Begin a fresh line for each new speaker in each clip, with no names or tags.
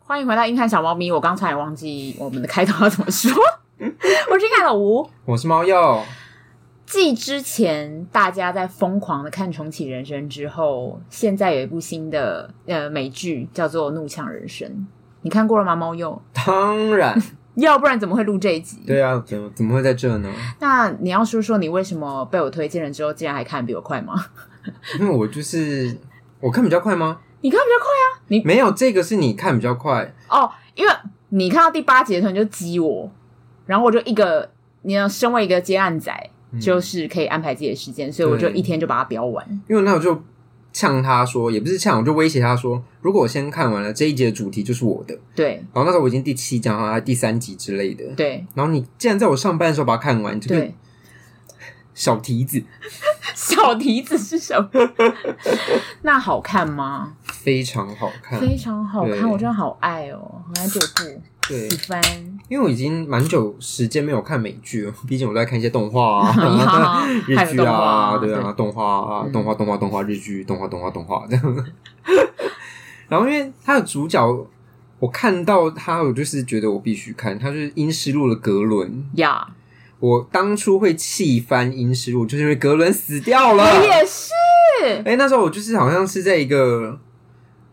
欢迎回到硬汉小猫咪，我刚才忘记我们的开头要怎么 说。我是硬汉老吴。
我是猫鼬，
继之前大家在疯狂的看《重启人生》之后，现在有一部新的呃美剧叫做《怒呛人生》，你看过了吗？猫鼬，
当然，
要不然怎么会录这一集？
对啊，怎么怎么会在这呢？
那你要说说你为什么被我推荐了之后，竟然还看得比我快吗？
因为我就是我看比较快吗？
你看比较快
没有，这个是你看比较快，
哦，因为你看到第八集的时候你就激我，然后我就一个，你要身为一个接案仔，
嗯
就是可以安排自己的时间，所以我就
对
一天就把它标完。
因为那我就呛他说，也不是呛，我就威胁他说，如果我先看完了这一集的主题就是我的，
对
然后那时候我已经第七集，然后还第三集之类的，
对
然后你竟然在我上班的时候把它看完，这个
对，
小蹄子
小蹄子是什 么？那好看吗？
非常好看，
非常好
对
看，我真的好爱哦，很爱这部，
对
喜， 欢。
因为我已经蛮久时间没有看美剧了，毕竟我都在看一些动画 啊。
还
日
有
剧
动画
啊，对
对
啊，动画啊，
嗯
动画，动画，动画，日剧，动画，动画，动画这样。 然后因为他的主角，我看到他，我就是觉得我必须看，他就是英诗路的格伦。
呀，
我当初会气翻英诗路，就是因为格伦死掉了。
我也是。
哎、那时候我就是好像是在一个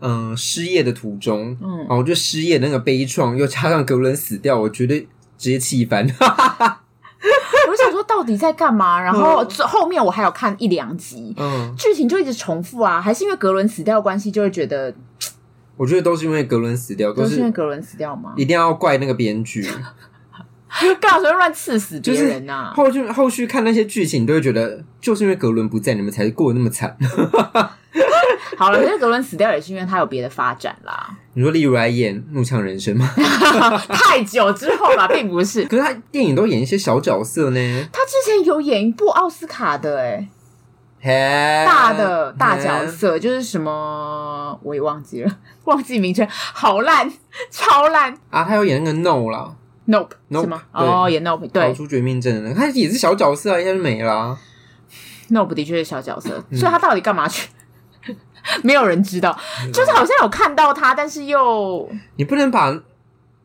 嗯、呃失业的途中，
嗯
然后我就失业那个悲怆，又加上格伦死掉，我绝对直接气翻。
我想说到底在干嘛？然后最后面我还有看一两集，
嗯，
剧情就一直重复啊，还是因为格伦死掉的关系，就会觉得
我觉得都是因为格伦死掉，
都
都
是因为
是
格伦死掉吗？
一定要怪那个编剧。
干嘛随便乱刺死
就
别
是
人啊呐、
后续后续看那些剧情，你都会觉得就是因为格伦不在，你们才过得那么惨。
好了，可是格伦死掉也是因为他有别的发展啦，
你说例如来演《怒呛人生》吗？
太久之后啦，并不是。
可是他电影都演一些小角色呢，
他之前有演一部奥斯卡的、欸，
嘿
哎，大
嗯
的大角。
嘿
色就是什么，我也忘记了， 忘记名称，好烂，超烂
啊，他有演那个 No 啦，
，Nope,
Nope，
是吗？
对
哦，演 Nope，
逃
对
出绝命镇的那个，他也是小角色啊，一下就没啦。
，Nope 的确是小角
嗯
色，所以他到底干嘛去？ 没有人知道，
嗯
就是好像有看到他，但是又
你不能把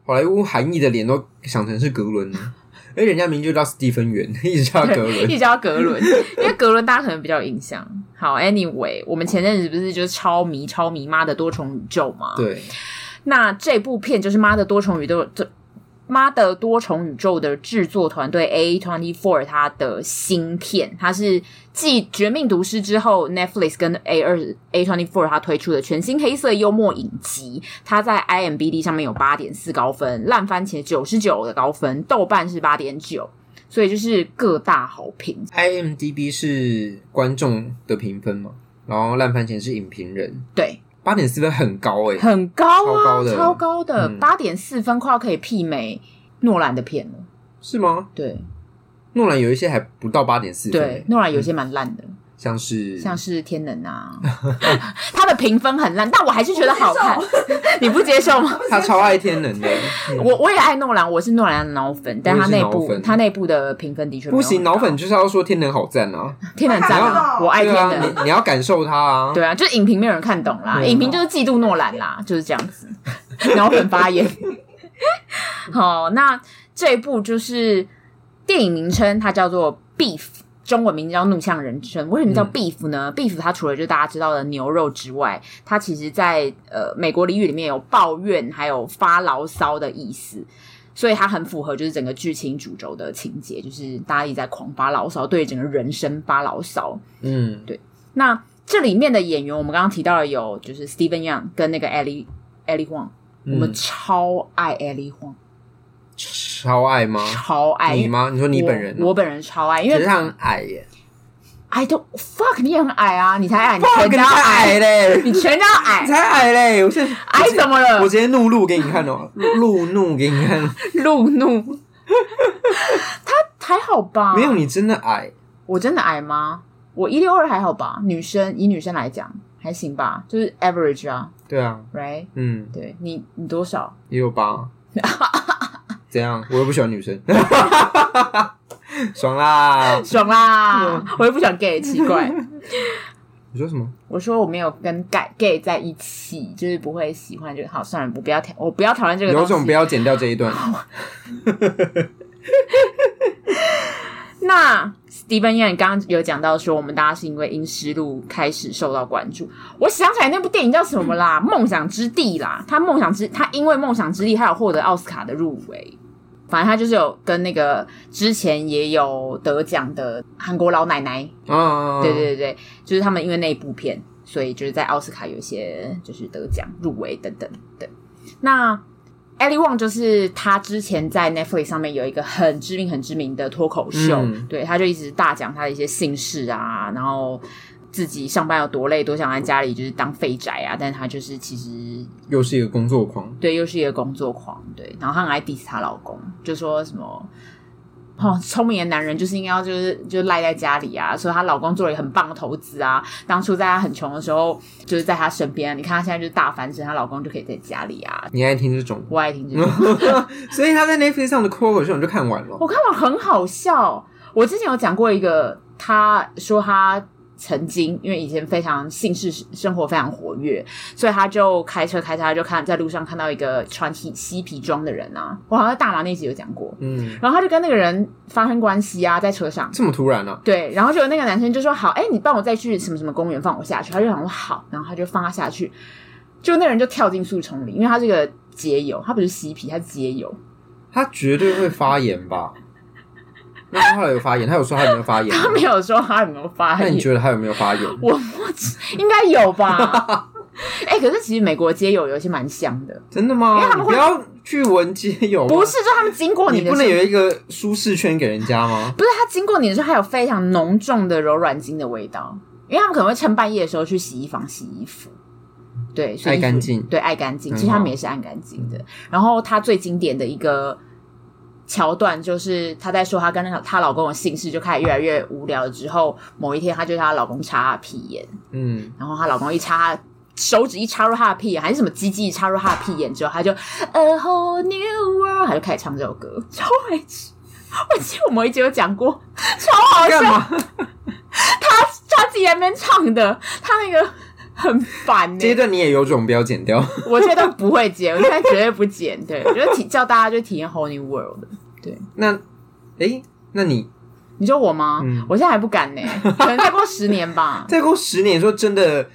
好莱坞韩裔的脸都想成是格 伦啊，而且人家名就叫史蒂芬元， 一直叫格
一
伦。
直叫格 伦，因为格伦大家可能比较有印象。好，Anyway，我们前阵子不是就是超迷超迷妈的多重宇宙吗？，
对，
那这部片就是妈的多重宇宙这。妈的多重宇宙的制作团队 A Twenty Four 它的新片，它是继《绝命毒师》之后，Netflix 跟 A 二 A Twenty Four 它推出的全新黑色幽默影集。它在 IMBD 上面有八点四高分，烂番茄九十九的高分，豆瓣是八点九，所以就是各大好评。
IMDB 是观众的评分嘛，然后烂番茄是影评人，
对，
八点四分很高哎、
很高啊，
超高的
超高的，
嗯
八点四分，快要可以媲美诺兰的片了。
是吗？
对
诺兰有一些还不到八点四分
对
欸，，
诺兰有些蛮烂的，
像是
像是《天能》啊， 他的评分很烂，但我还是觉得好看。你不接受吗？
他超爱天 能的，嗯
我我也爱诺兰，我是诺兰的脑粉，但他内
我也是脑
部
粉
他内部的评分的确没有
不行，脑粉就是要说天能好赞啊，
天能赞啊，我爱
对
天
啊，
能。
你你要感受它啊，
对啊，就是影评没有人看懂啦，
嗯
影评就是嫉妒诺兰啦，就是这样子， 脑粉发言。好，那这一部就是电影名称，它叫做《Beef》，中文名叫《怒呛人生》。为什么叫
嗯
Beef 呢、b e e f 它除了就是大家知道的牛肉之外，它其实在呃美国俚语里面有抱怨还有发牢骚的意思。所以它很符合就是整个剧情主轴的情节，就是大家一直在狂发牢骚，对整个人生发牢骚。
嗯，
那这里面的演员，我们刚刚提到了有就是 Steven Young 跟那个 Ellie Ellie Huang，、我们
嗯
超爱 Ellie Huang，
超爱吗？
超爱
哦你？吗？你说你本人
我，
啊，
我本人超爱，因
可是
为
他很矮耶，
I don't fuck 你也很矮啊，你才矮，你全
跟
家
他矮
矮，
嘞，
你全家
你
矮，
才矮嘞，我现在
矮怎么了
我？直接怒怒给你看哦，路怒给你看，
路怒，他还好吧？
没有，你真的矮，
我真的矮吗？我一六二还好吧？女生以女生来讲还行吧，就是 average 啊
对啊，
，right？
嗯，
对你你多少？
也 有吧，怎样？我又不喜欢女生， 爽啦，
爽啦！我又不想 gay，奇怪。
你说什么？
我说我没有跟 gay gay 在一起，就是不会喜欢，就好算了，不不要讨，我不要讨论这个
有
东西。
种不要剪掉这一段。
那 Steven Yan 刚刚有讲到说，我们大家是因为《阴尸路》开始受到关注。我想起来那部电影叫什么啦，梦想之地》啦。他《梦想之》，他因为《梦想之地》，他有获得奥斯卡的入围。反正他就是有跟那个之前也有得奖的韩国老奶奶，
啊，
对对对对，就是他们因为那一部片，所以就是在奥斯卡有一些就是得奖、入围等等对，那 Ellie Wong 就是她之前在 Netflix 上面有一个很知名、很知名的脱口秀，
嗯
对，她就一直大讲她的一些姓氏啊，然后自己上班有多累，多想在家里就是当废宅啊，但是她就是其实
又是一个工作狂。
对，又是一个工作狂，对，然后她很爱 diss 她老公，就说什么。哦，聪明的男人就是应该要就是就赖在家里啊，所以她老公做了一个很棒的投资啊。当初在她很穷的时候，就是在她身边啊、你看她现在就是大翻身，她老公就可以在家里啊。
你爱听这种，
我爱听这种，
所以他在 Netflix 上的脱口秀你就看完了。
我看完很好笑。我之前有讲过一个，他说他曾经因为以前非常姓氏生活非常活跃，所以他就开车开车，他就看在路上看到一个穿西嬉皮装的人啊，我好像在大麻那集有讲过，
嗯，
然后他就跟那个人发生关系啊，在车上。
这么突然啊？
对，然后就有那个男生就说：“好，哎，你帮我再去什么什么公园放我下去。”他就想说：“好。”然后他就放他下去，就那人就跳进树丛里，因为他是个街友，他不是嬉皮，他是街友。
他绝对会发炎吧？那他后来有发炎，他有说他有没有发炎吗？
他没有说他有没有发
那
炎
你，觉得他有没有发炎？
我我应该有 吧？哎、可是其实美国街友有一些蛮香的，
真的吗？
因为他们
你不
会
要去闻街友，
不是，就他们经过
你
你的
不
时
能
候，
有一个舒适圈给人家吗？
不是他经过你的时候，还有非常浓重的柔软巾的味道，因为他们可能会趁半夜的时候去洗衣房洗衣服。对，所以
爱干
衣服
净
对，爱干净。
很
其实他们
好
也是爱干净的。然后他最经典的一个桥段就是她在说她跟她老公的姓氏就开始越来越无聊了之后，某一天她就叫她老公插屁眼，
嗯，
然后她老公一插手指一插入她的屁眼，还是什么鸡鸡一插入她的屁眼之后，她就 A whole new world，她就开始唱这首歌，超白痴。我记得我们一集有讲过，超好笑
干，嘛？
她她自己在那边唱的，她那个很烦呢、
这一段你也有种，不要剪掉。
我觉得不会剪，我现在绝对不剪。对，我觉得体叫大家就体验 whole new world。
那，诶，那你
你说我吗？
嗯。
我现在还不敢呢、欸可能再过十年吧
再过十年，说真的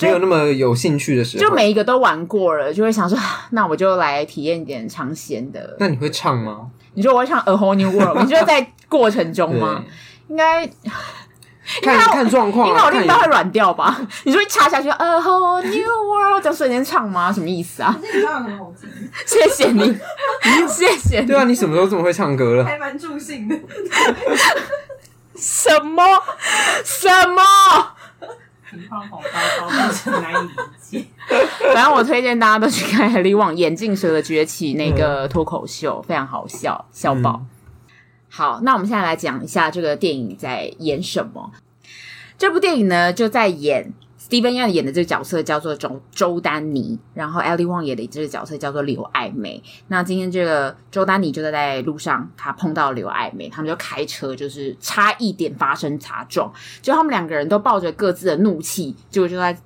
没有那么有兴趣的时候，
就每一个都玩过了，就会想说，啊那我就来体验一点尝鲜的。
那你会唱吗？
你说我会唱《A Whole New World》，你觉得在过程中 吗？应该哦应
对？看看状况
该
啊，
我
看
另
你
外会软掉吧？ 你说一插下去《A Whole New World》，这样瞬间唱吗？什么意思啊？
可是你唱得很好听，
谢谢你，谢谢你
对。啊，你什么时候这么会唱歌了？
还蛮助兴的。
什么什么？
情况好糟糕，目前难以理解。
反正我推荐大家都去看 海力旺《眼镜蛇的崛起》那个脱口秀，非常好笑，笑爆。
嗯
好，那我们现在来讲一下这个电影在演什么。这部电影呢，就在演 Steven Yeun 演的这个角色叫做周周丹妮，然后 Ellie Wong 演的这个角色叫做刘爱美。那今天这个周丹妮就在在路上，她碰到刘爱美，他们就开车，就是差一点发生擦撞，就他们两个人都抱着各自的怒气，结果就在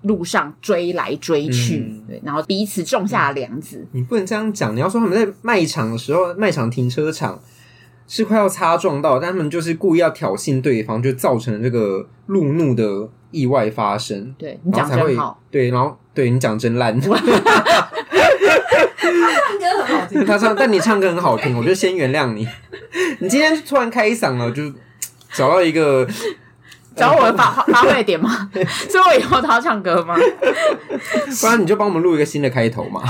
路上追来追去，
嗯
对，然后彼此种下了梁子。
你不能这样讲，你要说他们在卖场的时候，卖场停车场是快要擦撞到，但他们就是故意要挑衅对方，就造成了这个路怒的意外发生。
对你
然
讲
后才会
真好，
对，然后对你讲真烂，
唱歌很好 听，
他唱，但你唱歌很好听，我就先原谅你。 你今天突然开嗓了，就找到一个
找我的发发挥的点 吗？所以我以后都要唱歌吗？
不然你就帮我们录一个新的开头 嘛。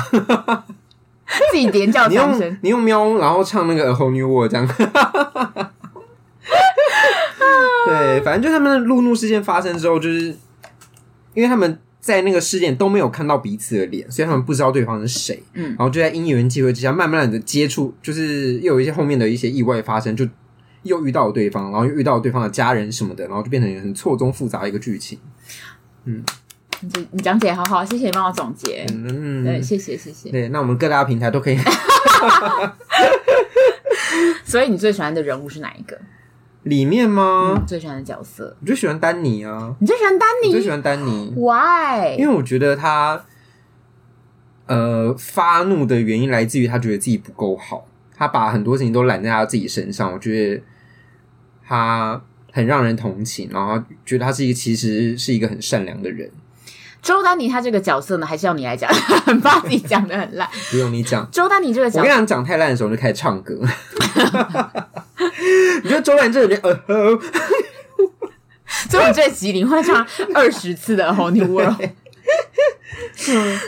自己连叫
你
三声
用。你用喵，然后唱那个《A Whole New World》这样。 对，反正就他们的路怒事件发生之后，就是因为他们在那个事件都没有看到彼此的脸，所以他们不知道对方是谁。
嗯
然后就在因缘际会之下，慢慢的接触，就是又有一些后面的一些意外发生，就又遇到了对方，然后又遇到了对方的家人什么的，然后就变成很错综复杂的一个剧情。
你这你讲解好好，谢谢你帮我总结。
嗯，
对，谢谢谢谢。
对，那我们各大平台都可以。
所以你最喜欢的人物是哪一个？
里面吗？
最喜欢的角色，
我就喜欢丹尼啊，
你最喜欢丹
我
尼
最喜欢丹尼，
w h y
因为我觉得他，呃，发怒的原因来自于他觉得自己不够好，他把很多事情都揽在他自己身上。我觉得他很让人同情，然后觉得他是一个其实是一个很善良的人。
周丹尼他这个角色呢，还是要你来讲， 很怕自己讲的很烂。
不用 你讲，
周丹尼这个
我
角
跟你
色，
讲，讲太烂的时候就开始唱歌。 你觉得周兰这个人，呃 呵，
所以我这集你会唱二十次的《Whole New World》。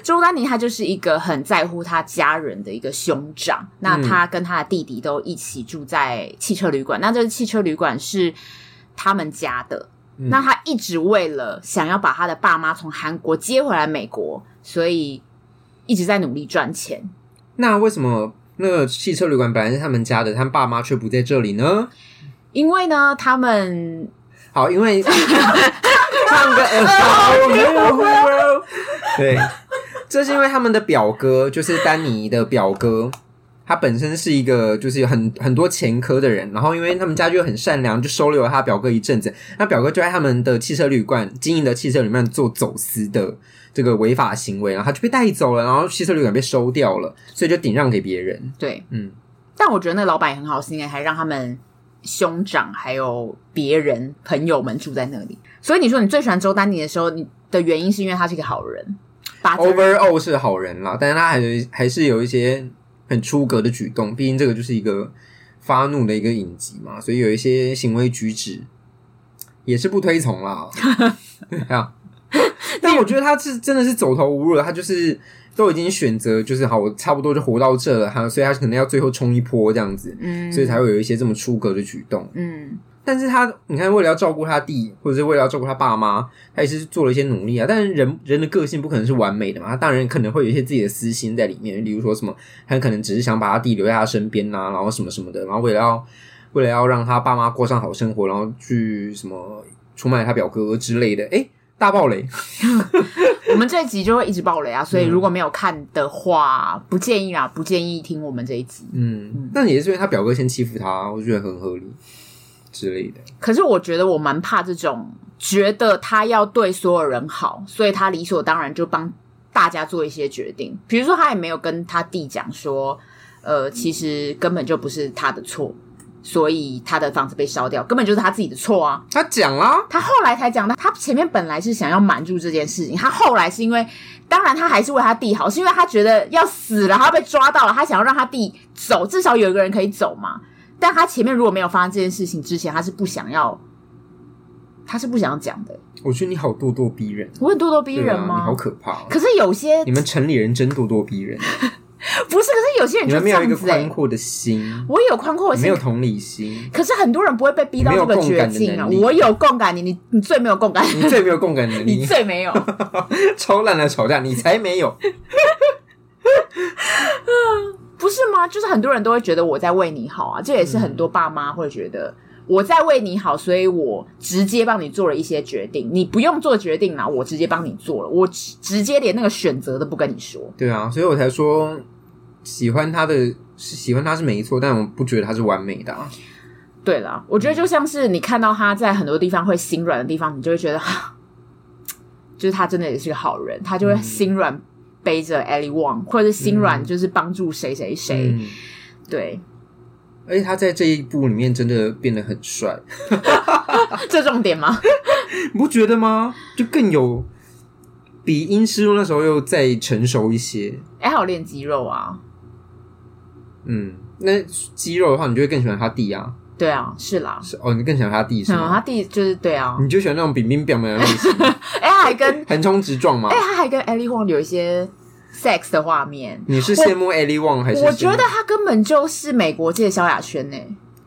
周丹嗯尼他就是一个很在乎他家人的一个兄长，那他跟他的弟弟都一起住在汽车旅馆，那这个汽车旅馆是他们家的。
嗯
那他一直为了想要把他的爸妈从韩国接回来美国，所以一直在努力赚钱。
那为什么那个汽车旅馆本来是他们家的，他爸妈却不在这里呢？
因为呢，他们
好，因为唱歌，哎呃对，这是因为他们的表哥，就是丹尼的表哥，他本身是一个就是有很很多前科的人，然后因为他们家就很善良，就收留了他表哥一阵子，那表哥就在他们的汽车旅馆经营的汽车旅馆做走私的这个违法行为，然后他就被带走了，然后汽车旅馆被收掉了，所以就顶让给别人，
对，
嗯，
但我觉得那个老板也很好心欸，还让他们兄长还有别人朋友们住在那里。所以你说你最喜欢周丹妮的时候，你的原因是因为他是一个好人，把责任
overall 是好人啦，但是他还有一还是有一些很出格的举动，毕竟这个就是一个发怒的一个影集嘛，所以有一些行为举止也是不推崇啦。对啊，但我觉得他是真的是走投无路了，他就是都已经选择就是好，我差不多就活到这了，哈，所以他可能要最后冲一波这样子，
嗯，
所以才会有一些这么出格的举动。
嗯，
但是他，你看，为了要照顾他弟，或者是为了要照顾他爸妈，他也是做了一些努力啊。但是人人的个性不可能是完美的嘛，他当然可能会有一些自己的私心在里面，例如说什么，他可能只是想把他弟留在他身边呐、然后什么什么的，然后为了要为了要让他爸妈过上好生活，然后去什么出卖他表哥之类的。诶，大暴雷！
我们这一集就会一直爆雷啊，所以如果没有看的话，不建议啊啦，不建议听我们这一集。
嗯，但也是因为他表哥先欺负他，我觉得很合理之类的。
可是我觉得我蛮怕这种，觉得他要对所有人好，所以他理所当然就帮大家做一些决定。比如说，他也没有跟他弟讲说，呃，其实根本就不是他的错，所以他的房子被烧掉，根本就是他自己的错啊。
他讲啦，
他后来才讲的，他前面本来是想要瞒住这件事情，他后来是因为，当然他还是为他弟好，是因为他觉得要死了，他被抓到了，他想要让他弟走，至少有一个人可以走嘛。但他前面如果没有发生这件事情之前，他是不想要，他是不想讲的。
我觉得你好咄咄逼人，
我很咄咄逼人
对啊你
吗？
好可怕、
可是有些
你们城里人真咄咄逼人。
不是，可是有些人
你
就
们
这
没有一
样
个
子、欸。
宽阔的心，
我有宽阔的
没
心，
有，同理心
可是很多人不会被逼到
你
这
没有
个
共
绝
感的
境啊！
能力
我有共感，你你你最没有共感，
你最没有共感能
你
力，
最没有。
超烂的吵架，你才没有。
不是吗？就是很多人都会觉得我在为你好啊，这也是很多爸妈会觉得我在为你好，所以我直接帮你做了一些决定，你不用做决定啦，我直接帮你做了，我直直接连那个选择都不跟你说。
对啊，所以我才说喜欢他的是喜欢他是没错，但我不觉得他是完美的、啊。
对啦，我觉得就像是你看到他在很多地方会心软的地方，你就会觉得，哈就是他真的也是个好人，他就会心软背着 Ellie Wong，或者是心软就是帮助谁谁谁。
嗯，
对，
而且他在这一部里面真的变得很帅，
这重点吗？
你不觉得吗？就更有比殷师傅那时候又再成熟一些。
哎、还有练肌肉啊，
嗯，那肌肉的话，你就会更喜欢他弟啊。
对啊，是啦。
是哦，你更喜欢他弟
嗯，
是
他
吗？嗯
弟就是对啊，
你就喜欢那种饼饼表面的类 型，
哎、他还跟
横冲直撞嘛
哎、。他还跟 Ellie Huang 有一些 sex 的画面。
你是羡慕 Ellie Wong 还是羡慕？
我觉得他根本就是美国界的萧亚轩呢、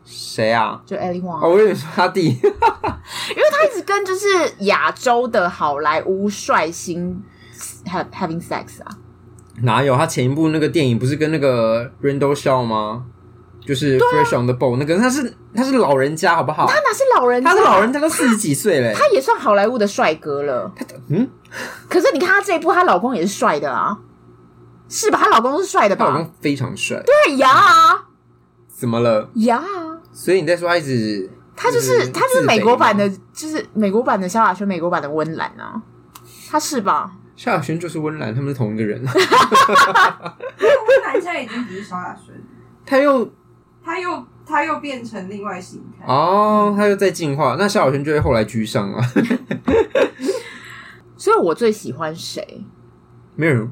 谁啊？
就 Ellie
哦，
Huang，、
我以为是他弟。
因 为他一直跟就是亚洲的好莱坞帅星 have having sex 啊，
哪有？他前一部那个电影不是跟那个 Randall Shaw 吗？就是 Fresh on the Boat 那个，他是他是老人家好不好？
啊他啊哪是老人家？
他是老人家都四十几岁嘞。
他也算好莱坞的帅哥了。
嗯，
可是你看他这一部，她老公也是帅的啊，是吧？她老公是帅的
他老
吧？
公非常帅。
对呀
怎么了？
呀，
所以你在说他一直
他就是
嗯
他就是美国版的
自，
就是美国版的萧亚轩，美国版的温岚啊，他是吧？
萧亚轩就是温岚，他们是同一 个人。啊
温岚现在已经不是萧亚轩，
他又
他又他又变成另外形态。
啊
哦，他又在进化，那萧亚轩就会后来居上啊。
所以我最喜欢谁？
没有人，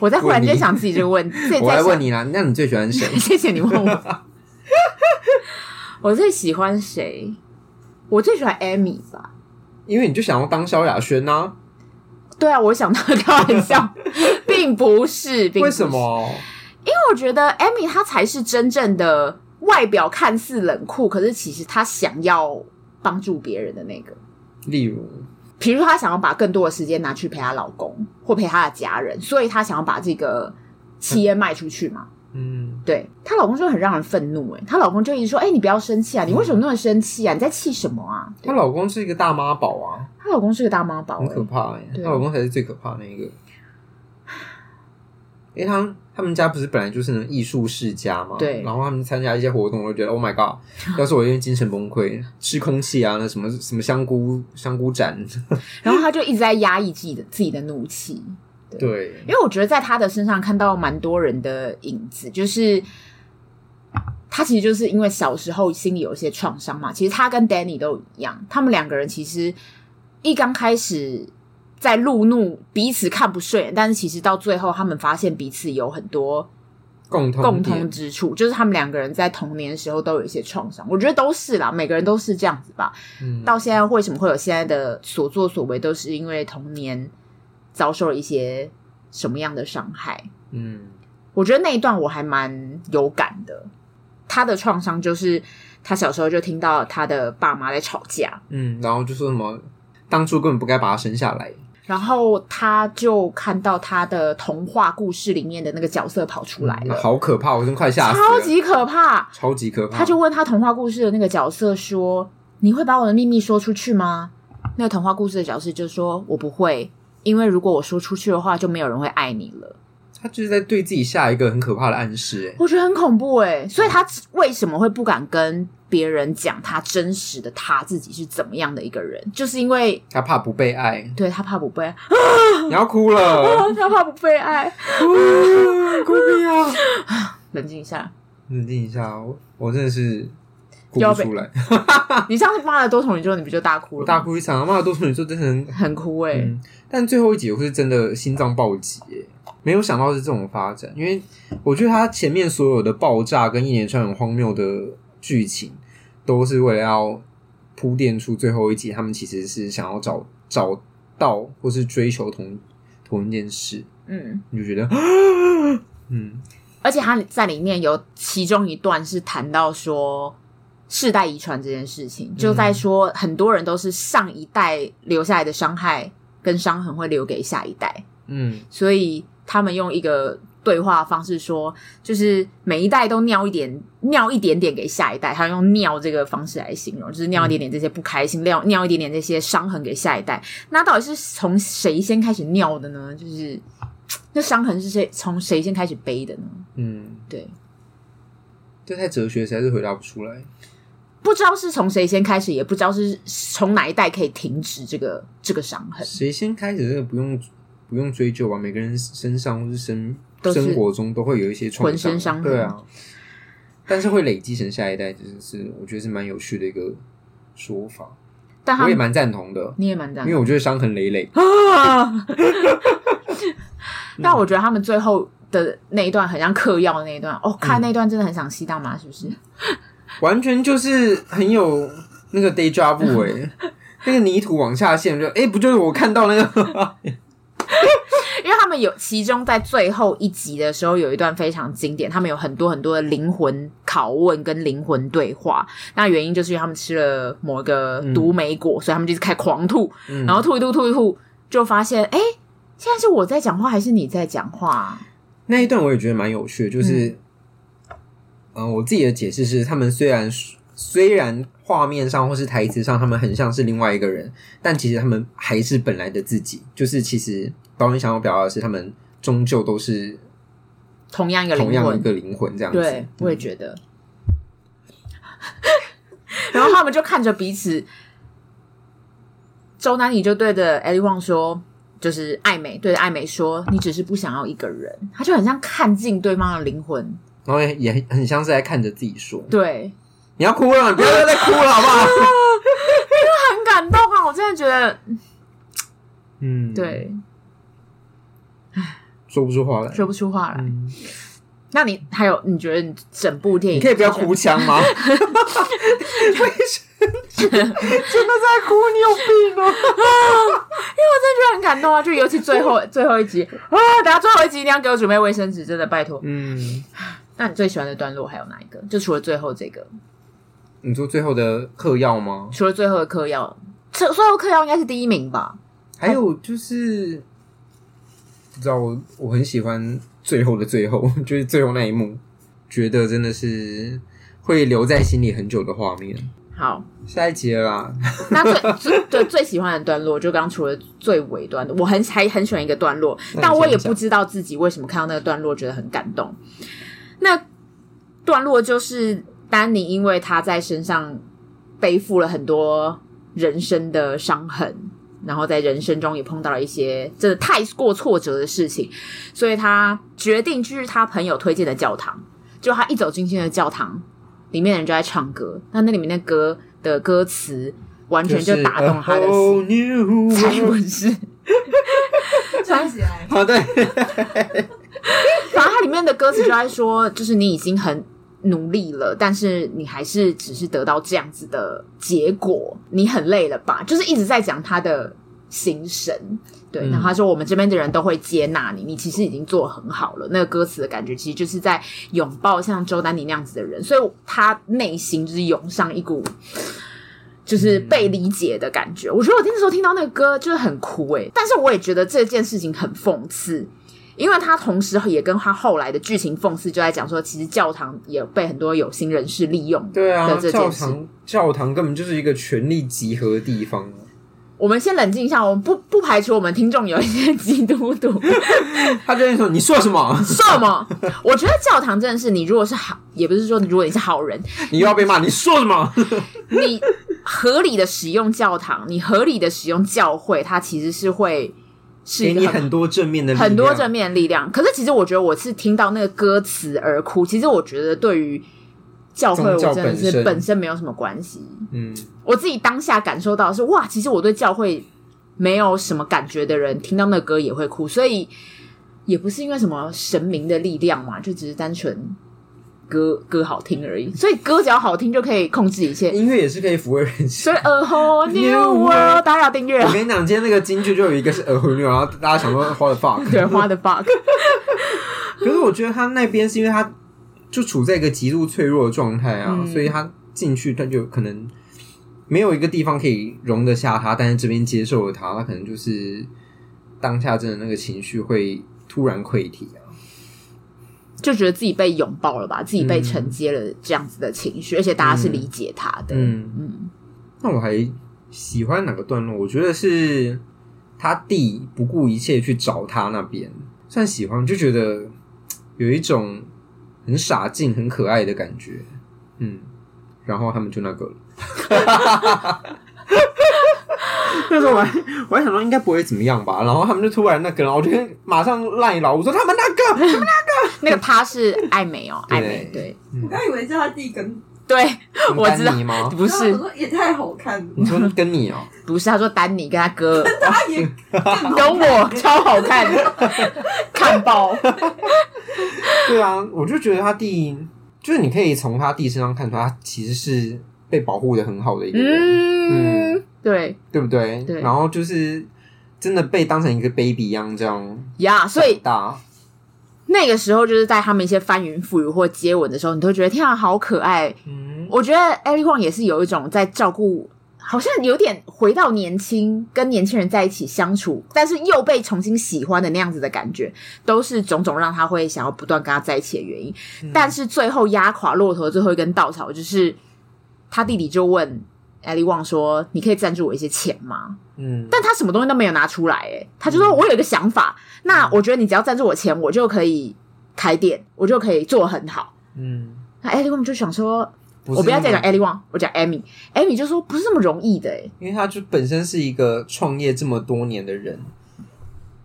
我在忽然
问
间
你
想自己这个问题，自己
我
在
来
想
问你啦，那你最喜欢谁？
谢谢你问我。 我最喜欢谁？我最喜欢 Amy 吧。
因为你就想要当萧亚轩呐、
对啊，我想到开玩 笑，并不是，并不
为
是
什？么？
因为我觉得 Amy 她才是真正的外表看似冷酷，可是其实她想要帮助别人的那个。
例如，
比如说，她想要把更多的时间拿去陪她老公或陪她的家人，所以她想要把这个企业卖出去嘛。
嗯，
对她老公就很让人愤怒、欸，她老公就一直说：“哎、你不要生气啊，你为什么那么生气啊？你在气什么啊？”
她老公是一个大妈宝啊，
她老公是个大妈宝、
很可
欸，
怕哎、
对
她老公才是最可怕的那一个。因为他们他们家不是本来就是那种艺术世家嘛，
对
然后他们参加一些活动，我就觉得 Oh my God，要是我因为精神崩溃，吃空气啊，那什么什么香菇香菇展，
然后她就一直在压抑自己的自己的怒气。
对，
因为我觉得在他的身上看到蛮多人的影子，就是他其实就是因为小时候心里有一些创伤嘛。其实他跟 Danny 都一样，他们两个人其实一刚开始在路怒，彼此看不顺眼，但是其实到最后他们发现彼此有很多
共同
共
点
通之处，就是他们两个人在童年的时候都有一些创伤。我觉得都是啦，每个人都是这样子吧。
嗯
到现在为什么会有现在的所作所为，都是因为童年遭受了一些什么样的伤害？
嗯
我觉得那一段我还蛮有感的。他的创伤就是他小时候就听到他的爸妈在吵架，
嗯，然后就说什么当初根本不该把他生下来，
然后他就看到他的童话故事里面的那个角色跑出来
嗯
了，
好可怕，我真快吓死了，
超级可怕。
超级可怕，
他就问他童话故事的那个角色说：“你会把我的秘密说出去吗？”那个童话故事的角色就说：“我不会，因为如果我说出去的话，就没有人会爱你了。
他就是在对自己下一个很可怕的暗示、”哎，
我觉得很恐怖诶、所以他为什么会不敢跟别人讲他真实的他自己是怎么样的一个人？就是因为
他怕不被爱，
对他怕不被爱，
你要 哭了，
他怕不被爱。
哭哭不要，
冷静一下，
冷静一下，我我真的是哭
要
不
被
出来，
你上次骂了多重宇宙，你不就大哭
啊我
了？
大，哭一场，阿妈多数女就真的很，
很哭欸诶、
嗯，但最后一集我是真的心脏暴击、哎。没有想到是这种发展，因为我觉得他前面所有的爆炸跟一连串很荒谬的剧情，都是为了要铺垫出最后一集，他们其实是想要找找到或是追求同同一件事，
嗯。
你就觉得， 嗯，
而且他在里面有其中一段是谈到说世代遗传这件事情，就在说很多人都是上一代留下来的伤害跟伤痕会留给下一代，
嗯，
所以他们用一个对话方式说，就是每一代都尿一点，尿一点点给下一代，他用尿这个方式来形容，就是尿一点点这些不开心，尿尿一点点这些伤痕给下一代。那到底是从谁先开始尿的呢？就是那伤痕是谁从谁先开始背的呢？
嗯，
对，
这太哲学，实在是回答不出来。
不知道是从谁先开始，也不知道是从哪一代可以停止这个这个伤痕。
谁先开始这个不用不用追究吧，每个人身上或是生
都是
生活中都会有一些创
浑身伤痕
对啊，但是会累积成下一代，就是是我觉得是蛮有趣的一个说法，
但他
我也
们
蛮赞同的，
你也蛮这
因
样
为我觉得伤痕累累。
啊。 但我觉得他们最后的那一段很像嗑药的那一段，
嗯
哦，看那一段真的很想吸大麻，是不是？
完全就是很有那个 day job 哎、那个泥土往下陷就哎、诶不就是我看到 那个
因为他们有其中在最后一集的时候有一段非常经典，他们有很多很多的灵魂拷问跟灵魂对话。那原因就是因为他们吃了某个毒莓果，所以他们就是开始狂吐，
嗯
然后吐一吐吐一吐，就发现哎。诶现在是我在讲话还是你在讲话啊？
那一段我也觉得蛮有趣的，就是，嗯、我自己的解释是，他们虽然虽然画面上或是台词上，他们很像是另外一个人，但其实他们还是本来的自己。就是其实导演想要表达的是，他们终究都是
同样一个灵
同样一嗯
魂，
个灵魂这样子。
对，我也觉得。 然后他们就看着彼此，周南你就对着 Ellie Wang 说，就是艾美对着艾美说，你只是不想要一个人，他就很像看进对方的灵魂，
然后也也很很像是在看着自己说
对，：“
你要哭了，你不要再哭了，好不好
很感动啊！我真的觉得，？”
嗯，，
对，
说不出话来。
说不出话来。
嗯，
那你还有你觉得你整部电影
你可以不要哭腔 吗？卫生纸 真的在哭，你有病哦！
真的觉得很感动啊！就尤其最 后最后一集啊，等下最后一集一定要给我准备卫生纸，真的拜托。
嗯，
那你最喜欢的段落还有哪一个？就除了最后这个，
你说最后的嗑药吗？
除了最后的嗑药，最最后嗑药应该是第一名吧？
还有就是，不知道我我很喜欢最后的最后， 就是最后那一幕，觉得真的是会留在心里很久的画面。
好，
下一集了啦，
那最 最对最喜欢的段落，就刚刚除了最尾端的，我很还很喜欢一个段落，
那你
但我也
先讲
不知道自己为什么看到那个段落觉得很感动。那段落就是丹尼，因为他在身上背负了很多人生的伤痕，然后在人生中也碰到了一些真的太过挫折的事情，所以他决定去他朋友推荐的教堂。就他一走进去的教堂，里面的人就在唱歌，那那里面的歌的歌词完全就打动他的
呃啊哦
心。
心
才 不是，
站起来，
啊，对，
反正它里面的歌词就在说，就是你已经很努力了，但是你还是只是得到这样子的结果，你很累了吧？就是一直在讲他的心神。对，
嗯
然后他说我们这边的人都会接纳你，你其实已经做得很好了。那个歌词的感觉其实就是在拥抱像周丹妮那样子的人，所以他内心就是涌上一股就是
嗯
被理解的感觉。我觉得我那时候听到那个歌就是很哭诶、但是我也觉得这件事情很讽刺，因为他同时也跟他后来的剧情讽刺，就在讲说，其实教堂也被很多有心人士利用。
对啊，
的这
教
件事
堂教堂根本就是一个权力集合的地方啊，
我们先冷静一下，我们不不排除我们听众有一些基督徒，
他就会说：“你说什 么？
什么？我觉得教堂真的是，你如果是好，也不是说如果你是好 人，
你又要被骂？你说什么
你合理的使用教堂，你合理的使用教会，它其实是会？”是
给
一
你
个
很多正面的力量，
很多正面力量。可是其实我觉得我是听到那个歌词而哭，其实我觉得对于教会，
宗
我
教
真的
本
是
身
本身没有什么关系。
嗯，
我自己当下感受到的是哇，其实我对教会没有什么感觉的人，听到那个歌也会哭，所以也不是因为什么神明的力量嘛，就只是单纯。歌歌好听而已，所以歌只要好听就可以控制一切。
音乐也是可以抚慰人心。
所以 A whole new world，大家要订阅哦
我跟你讲，今天那个京剧就有一个是耳环女，然后大家想说 what the fuck？
对花的 bug。
可是我觉得他那边是因为他就处在一个极度脆弱的状态啊，
嗯
所以他进去他就可能没有一个地方可以容得下他，但是这边接受了他，他可能就是当下真的那个情绪会突然溃堤啊。
就觉得自己被拥抱了吧，自己被承接了这样子的情绪，而且大家是理解他的。
嗯
嗯
那我还喜欢哪个段落？我觉得是他弟不顾一切去找他那边，算喜欢，就觉得嘖有一种很傻劲、很可爱的感觉。嗯，然后他们就那个了。那时候我还我还想说应该不会怎么样吧，然后他们就突然那个了，然后我就马上赖了，我说他们那 个，
那个他是艾美哦，
对
艾美，对
我刚以为叫他弟跟，
对，我知道
你吗？
不
然后我
是
说也太好看了，
你说跟你哦、
不是，他说丹尼跟他哥
他也更好
跟我超好看， 看爆。
对啊，我就觉得他弟，就是你可以从他弟身上看出，他其实是被保护的很好的一个人，
嗯，
嗯
对
对不对？
对
然后就是真的被当成一个 baby 一样这样
呀所以
长大，
那个时候就是在他们一些翻云覆雨或接吻的时候，你都会觉得天啊，好可爱。
嗯，
我觉得 Ellie Huang 也是有一种在照顾，好像有点回到年轻，跟年轻人在一起相处，但是又被重新喜欢的那样子的感觉，都是种种让他会想要不断跟他在一起的原因。
嗯
但是最后压垮骆驼的最后一根稻草，就是他弟弟就问 Ellie Huang 说：“你可以赞助我一些钱吗？”
嗯，
但他什么东西都没有拿出来、欸，他就说
嗯
我有一个想法，那我觉得你只要赞助我钱，我就可以开店，我就可以做得很好。
嗯，
那 Ellie Wong 就想说，
不是
我不要再讲
那
哎
么
Ellie Wang，我讲 Amy。Amy 就说不是那么容易的、欸，
因为他就本身是一个创业这么多年的人，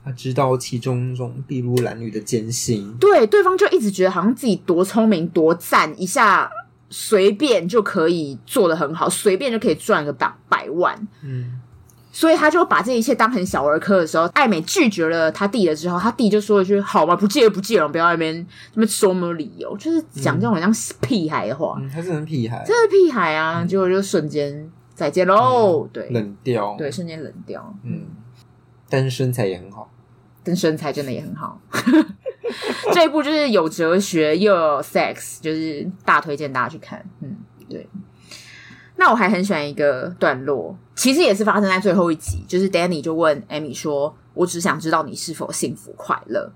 他知道其中这种筚路蓝缕的艰辛。
对，对方就一直觉得好像自己多聪明、多赞，一下随便就可以做得很好，随便就可以赚个百百万。
嗯，
所以他就把这一切当成小儿科的时候，艾美拒绝了他弟了之后，他弟就说了一句：“好吧，不借就不借了，不要在那边那边说什么理由，就是讲这种很像屁孩的话，
嗯他是很屁孩
这，是屁孩啊！”结果就瞬间再见喽，对
嗯冷掉。
对，，瞬间冷掉。
嗯，但是身材也很好。
但身材真的也很好。 这一部就是有哲学又有 sex，就是大推荐大家去看。嗯，对。那我还很喜欢一个段落，其实也是发生在最后一集，就是 Danny 就问 Amy 说：“我只想知道你是否幸福快乐。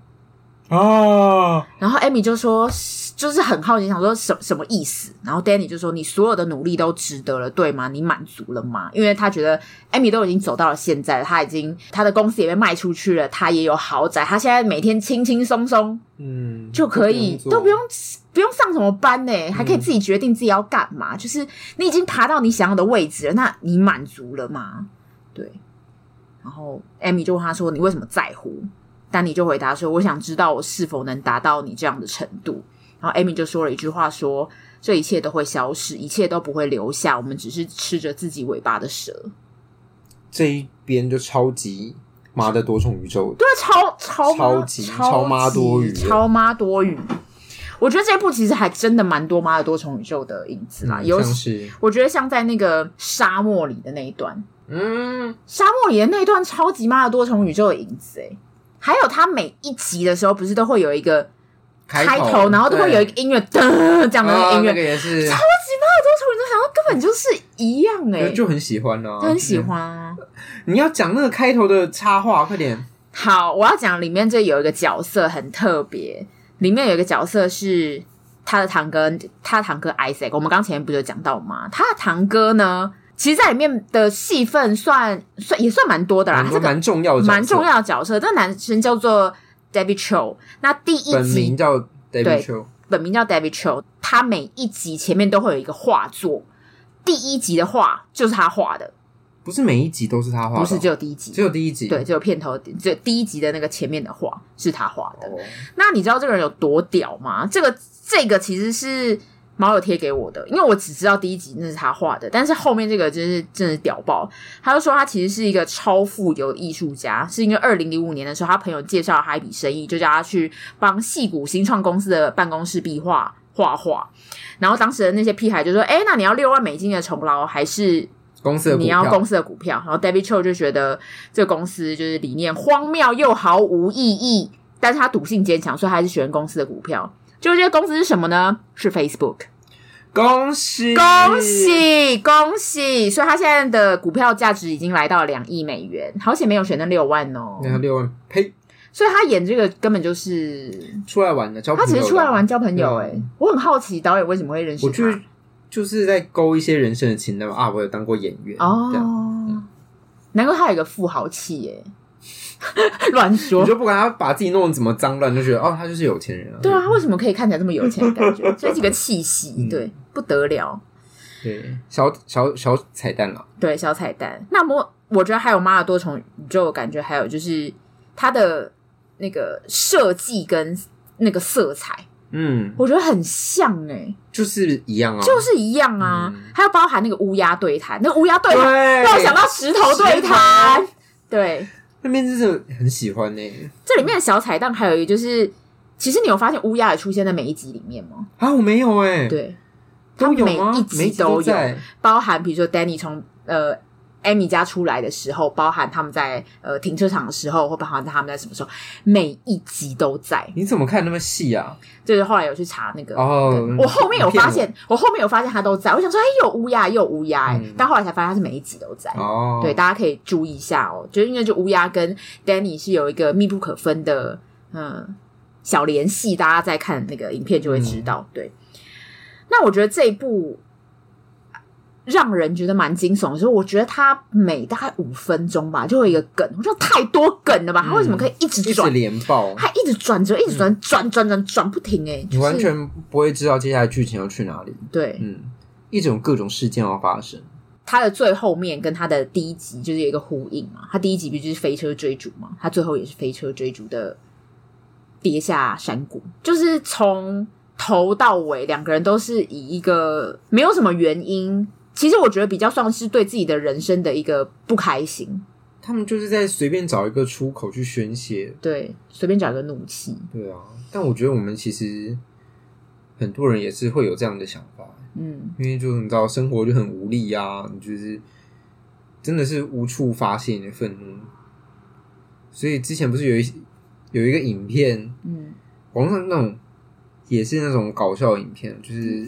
哦，”
然后 Amy 就说：“就是很好奇，想说什什么意思？”然后 Danny 就说：“你所有的努力都值得了，对吗？你满足了吗？”因为他觉得 Amy 都已经走到了现在，他已经他的公司也被卖出去了，他也有豪宅，他现在每天轻轻松松
嗯，
就可以，
做
都不用嗯不用上什么班呢，还可以自己决定自己要干嘛。就是你已经爬到你想要的位置了，那你满足了吗？对。然后 Amy 就问他说：“你为什么在乎？”丹尼就回答说：“我想知道我是否能达到你这样的程度。”然后 Amy 就说了一句话说：“这一切都会消失，一切都不会留下，我们只是吃着自己尾巴的蛇。”
这一边就超级妈的多重宇宙的。
对，啊超超妈
超级超妈多语
超妈多语。我觉得这部其实还真的蛮多妈的多重宇宙的影子啦，
嗯
尤
像
其
是
我觉得像在那个沙漠里的那一段，
嗯，
沙漠里的那一段超级妈的多重宇宙的影子、欸，还有它每一集的时候，不是都会有一个
开
头，然后都会有一个音乐噔这样的那
对啊
个音乐，
那个也是
超，级妈的多重宇宙，好像根本就是一样哎、
就就很喜欢啊，
就很喜
嗯
欢啊。
你要讲那个开头的插画，快点！
好，我要讲里面这有一个角色很特别，里面有一个角色是他的堂哥，他的堂哥 Isaac，我们刚前面不就讲到吗？他的堂哥呢，其实在里面的戏份算算也算蛮多的啦，
蛮
他这
多
个
蛮重要的，
蛮重。要的角色。这个男生叫做 David Cho，那第一
本
集
名叫 David Cho，
本名叫 David Cho，他每一集前面都会有一个画作，第一集的画就是他画的，
不是每一集都是他画的哦，
不是只有第一集，
只有第一集。
对，只有片头，只有第一集的那个前面的画是他画的。
哦，
那你知道这个人有多屌吗？这个这个其实是毛友贴给我的，因为我只知道第一集那是他画的，但是后面这个真是真是屌爆。他就说他其实是一个超富有的艺术家，是因为二零零五年的时候，他朋友介绍他一笔生意，就叫他去帮戏谷新创公司的办公室壁画画画。然后当时的那些屁孩就说：“哎，那你要六万美金的酬劳，还是
公司的股
你要
票
公司的股票。然后 David Cho 就觉得这个公司就是理念荒谬又毫无意义，但是他赌性坚强，所以他还是选公司的股票。就这个公司是什么呢？是 Facebook。
恭喜
恭！喜恭喜！所以他现在的股票价值已经来到两亿美元，好险没有选那六万哦。
那六万，呸！
所以他演这个根本就是
出来玩的，交
他只
朋友
是
的
出来玩。交朋友哎、
对啊
我很好奇导演为什么会认识
我
他。
去就是在勾一些人生的情的嘛啊，我有当过演员这样
哦，难怪他有一个富豪气耶、 乱说
你。就不管他把自己弄得怎么脏乱，就觉得哦，他就是有钱人啊。
对啊，他为什么可以看起来这么有钱的感 觉？所以这个气息，
嗯
对，不得了，
对，小小小彩蛋啊了。
对，小彩蛋。那么我觉得还有马尔多重宇宙，感觉还有就是它的那个设计跟那个色彩，
嗯，
我觉得很像哎、
就是一样啊，
就是一样啊。
嗯
还有包含那个乌鸦对谈，那个乌鸦对谈
对。
让我想到石头对谈
石，
对。
那边真的很喜欢呢、
这里面的小彩蛋还有一个就是，其实你有发现乌鸦也出现在每一集里面吗？
啊，我没有哎、，
对，它
都有
每
吗？
一
每
集
一集都
都有。
在。
包含比如说 Danny 从呃 Amy 家出来的时候，包含他们在呃停车场的时候，或包含他们在什么时候，每一集都在。
你怎么看那么细啊？
就是后来有去查那个。
哦
对，我后面有发
你
现，我后面有发现他都在。我想说，哎、有乌鸦，也有乌鸦、哎、
嗯
但后来才发现他是每一集都在。
骗我哦，
对，，大家可以注意一下哦。就是因为就乌鸦跟 Danny 是有一个密不可分的嗯小联系，大家在看那个影片就会知道。对，那我觉得这一部让人觉得蛮惊悚的，就是我觉得它每大概五分钟吧，就有一个梗，我觉得太多梗了吧？它为什么可以一直
一直
转？
连爆，
它一直转折，一直转，转转转转不停、欸，哎，
你完全不会知道接下来剧情要去哪里。
对。
嗯，一种各种事件要发生。
它的最后面跟它的第一集就是有一个呼应嘛。它第一集不就是飞车追逐嘛？它最后也是飞车追逐的跌下山谷，就是从头到尾两个人都是以一个没有什么原因，其实我觉得比较算是对自己的人生的一个不开心，
他们就是在随便找一个出口去宣泄，
对，随便找一个怒气，
对啊。但我觉得我们其实很多人也是会有这样的想法，
嗯，
因为就你知道生活就很无力啊，你就是真的是无处发泄你的愤怒。所以之前不是有一有一个影片，
嗯，
网络上那种也是那种搞笑影片，就是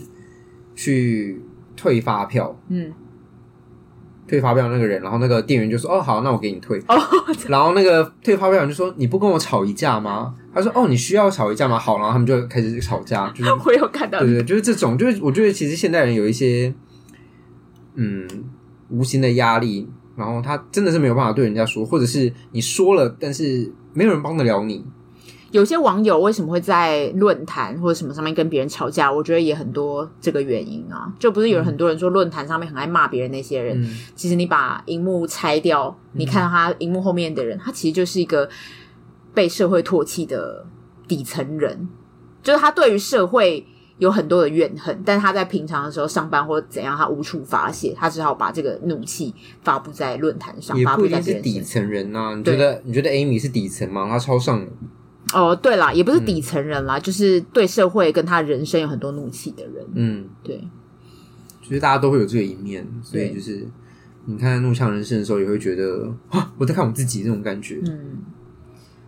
去退发票，
嗯，
退发票那个人，然后那个店员就说：“哦，好，那我给你退。”
哦，
然后那个退发票人就说：“你不跟我吵一架吗？”他说：“哦，你需要吵一架吗？”好，然后他们就开始吵架，就是
我有看到
对，对，就是这种，就是我觉得其实现代人有一些嗯无形的压力，然后他真的是没有办法对人家说，或者是你说了，但是没有人帮得了你。
有些网友为什么会在论坛或者什么上面跟别人吵架？我觉得也很多这个原因啊，就不是有很多人说论坛上面很爱骂别人那些人，
嗯，
其实你把荧幕拆掉，你看到他荧幕后面的人，他其实就是一个被社会唾弃的底层人，就是他对于社会有很多的怨恨，但他在平常的时候上班或怎样，他无处发泄，他只好把这个怒气发布在论坛上，
也
发
不
布
一
在别
定是
人身
底
上。
层人呐、你
对
觉得你觉得 Amy 是底层吗？她超上的，
哦，对啦，也不是底层人啦，就是对社会跟他人生有很多怒气的人。
嗯，
对，
就是大家都会有这个一面，所以
对
就是你看《怒呛人生》的时候，也会觉得啊，我在看我自己这种感觉，
嗯。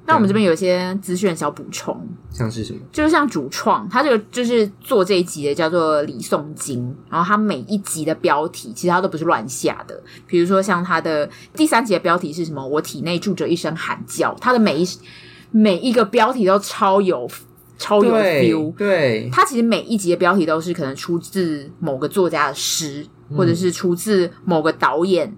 那我们这边有一些资讯小补充，
像是什么？
就是像主创，他这个就是做这一集的叫做李颂经，然后他每一集的标题其实他都不是乱下的，比如说像他的第三集的标题是什么？我体内住着一声喊叫，他的每一每一个标题都超有超有 feel，
对对，
它其实每一集的标题都是可能出自某个作家的诗，或者是出自某个导演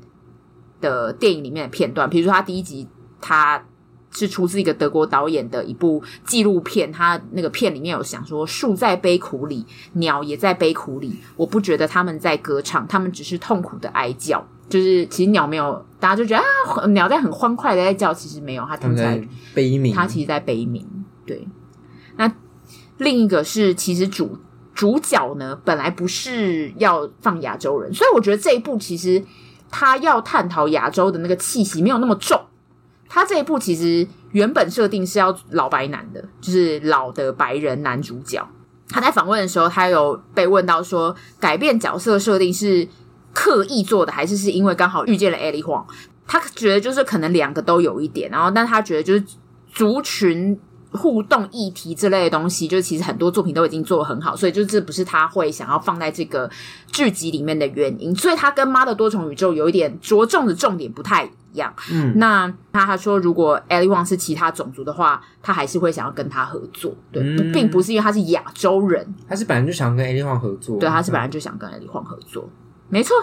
的电影里面的片段。比如说，他第一集他是出自一个德国导演的一部纪录片，他那个片里面有想说，树在悲苦里，鸟也在悲苦里，我不觉得他们在歌唱，他们只是痛苦的哀叫。就是其实鸟没有，大家就觉得啊，鸟在很欢快的在叫，其实没有，它
他
听
们
起来
在悲鸣，
他其实在悲鸣。对，那另一个是其实主主角呢本来不是要放亚洲人，所以我觉得这一部其实他要探讨亚洲的那个气息没有那么重。他这一部其实原本设定是要老白男的，就是老的白人男主角。他在访问的时候，他有被问到说，改变角色设定是刻意做的，还是是因为刚好遇见了艾莉黄？他觉得就是可能两个都有一点，然后但他觉得就是族群互动议题这类的东西，就其实很多作品都已经做得很好，所以就这不是他会想要放在这个剧集里面的原因，所以他跟《妈的多重宇宙》有一点着重的重点不太一样。
嗯
那他还说，如果 e l l i Wang 是其他种族的话，他还是会想要跟他合作，对，
嗯
不并不是因为他是亚洲人，
他是本来就想跟 A 丽焕合作，
对，他是本
来
来就想跟 e l l i Wang 合作，没错。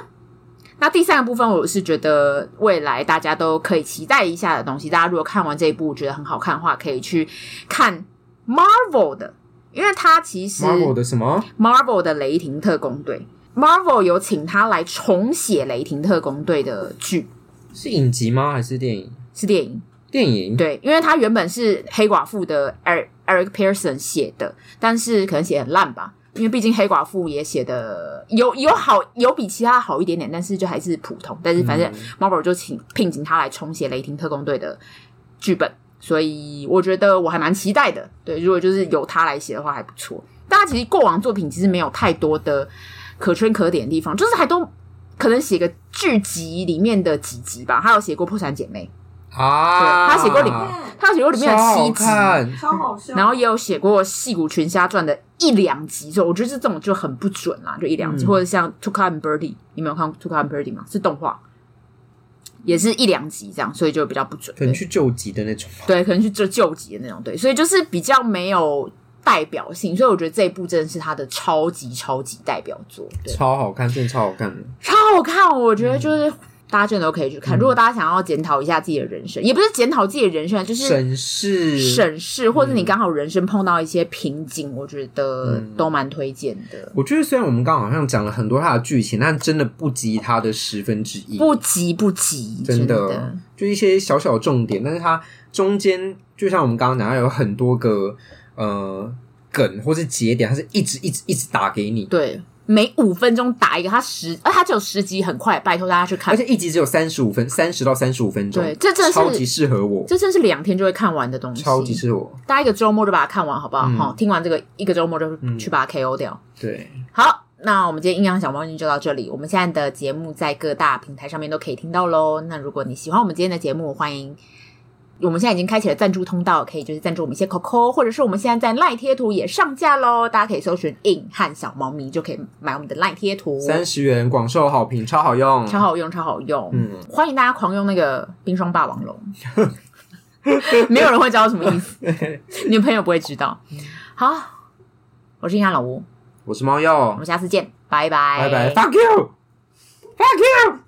那第三个部分，我是觉得未来大家都可以期待一下的东西。大家如果看完这一部觉得很好看的话，可以去看 Marvel 的，因为它其实
Marvel 的什么？
Marvel 的雷霆特工队，Marvel 有请他来重写雷霆特工队的剧，
是影集吗？还是电影？
是电影。
电影
对，因为他原本是黑寡妇的 Eric Eric Pearson 写的，但是可能写得很烂吧，因为毕竟黑寡妇也写的有有好有比其他好一点点，但是就还是普通。但是反正
嗯
Marvel 就请聘请他来重写《雷霆特工队》的剧本，所以我觉得我还蛮期待的。对，如果就是由他来写的话，还不错。但他其实过往作品其实没有太多的可圈可点的地方，就是还都可能写个剧集里面的几集吧。他有写过《破产姐妹》，
啊，
对他写过里面
看，
他有写过里面的
超
七
好
集，
看，
超好笑。
然后也有写过《戏骨群侠传》的一两集，所以我觉得这种就很不准啦，就一两集，
嗯
或者像《t u k a and Birdie》，你没有看《t u k a and Birdie》吗？是动画，也是一两集这样，所以就比较不准。
可能
对
去救急的那种吧。
对，可能是就救急的那种，对，所以就是比较没有代表性，所以我觉得这一部真的是他的超级超级代表作，对，
超好看，真的超好看的。嗯
超好看，我觉得就是。大家真的都可以去看。如果大家想要检讨一下自己的人生，也不是检讨自己的人生啊，就是
审视
审视，或者
嗯
你刚好人生碰到一些瓶颈，我觉得都蛮推荐的。
我觉得虽然我们刚刚好像讲了很多它的剧情，但真的不及它的十分之一，
不急不急，真
真的就一些小小重点，但是它中间就像我们刚刚讲到，有很多个呃梗或是节点，它是一直一直一直打给你，
对，每五分钟打一个，它十，而它只有十集，很快，拜托大家去看
而。且一集只有三十五分，三十到三十五分钟，
对这真的是
超级适合我，
这真是两天就会看完的东西，
超级适合我，
大家一个周末就把它看完，好不好？
嗯
好、听完这个一个周末就去把它 KO 掉。
对，
好，那我们今天阴阳小猫咪就到这里。我们现在的节目在各大平台上面都可以听到喽。那如果你喜欢我们今天的节目，欢迎。我们现在已经开启了赞助通道，可以就是赞助我们一些 COCO，或者是我们现在在赖贴图也上架喽，大家可以搜寻“硬汉小猫咪”就可以买我们的赖贴图，
三十元广受好评，超好用，
超好用，超好用。
嗯
欢迎大家狂用那个冰霜霸王龙，没有人会知道什么意 思，你的朋友不会知道。好，我是硬汉老吴，
我是猫
我
药
们，下次见，拜拜，
拜拜，Fuck you，Fuck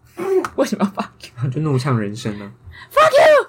为什么要发？
you，就怒呛人生呢、啊
Fuck you！